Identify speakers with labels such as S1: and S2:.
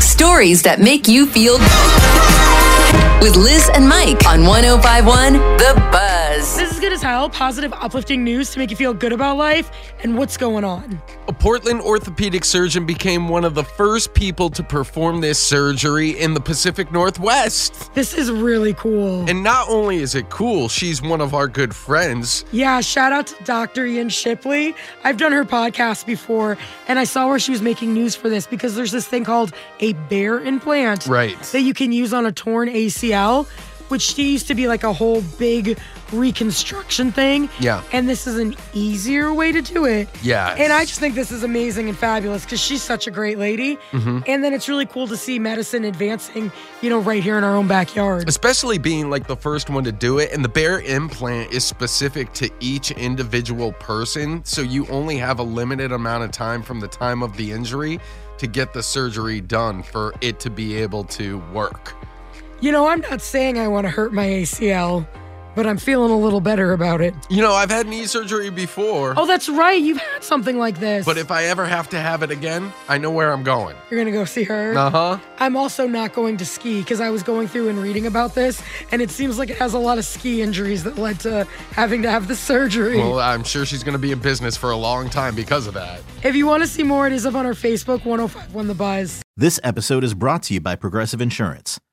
S1: Stories that make you feel with Liz and Mike on 1051 The Buzz.
S2: This is good as hell. Positive, uplifting news to make you feel good about life and what's going on.
S3: A Portland orthopedic surgeon became one of the first people to perform this surgery in the Pacific Northwest.
S2: This is really cool.
S3: And not only is it cool, she's one of our good friends.
S2: yeah, shout out to Dr. Ian Shipley. I've done her podcast before and I saw where she was making news for this because there's this thing called a bear implant
S3: Right.
S2: that you can use on a torn ACL, which she used to be like a whole big reconstruction thing.
S3: Yeah.
S2: And this is an easier way to do it.
S3: Yeah.
S2: And I just think this is amazing and fabulous because she's such a great lady.
S3: Mm-hmm.
S2: And then it's really cool to see medicine advancing, you know, right here in our own backyard.
S3: Especially being like the first one to do it. And the bear implant is specific to each individual person. So you only have a limited amount of time from the time of the injury to get the surgery done for it to be able to work.
S2: You know, I'm not saying I want to hurt my ACL, but I'm feeling a little better about it.
S3: You know, I've had knee surgery before,
S2: Oh, that's right. You've had something like this.
S3: but if I ever have to have it again, I know where I'm going.
S2: you're going to go see her.
S3: Uh huh.
S2: I'm also not going to ski because I was going through and reading about this, and it seems like it has a lot of ski injuries that led to having to have the surgery.
S3: Well, I'm sure she's going to be in business for a long time because of that.
S2: if you want to see more, it is up on our Facebook, 1051 The Buzz.
S4: This episode is brought to you by Progressive Insurance.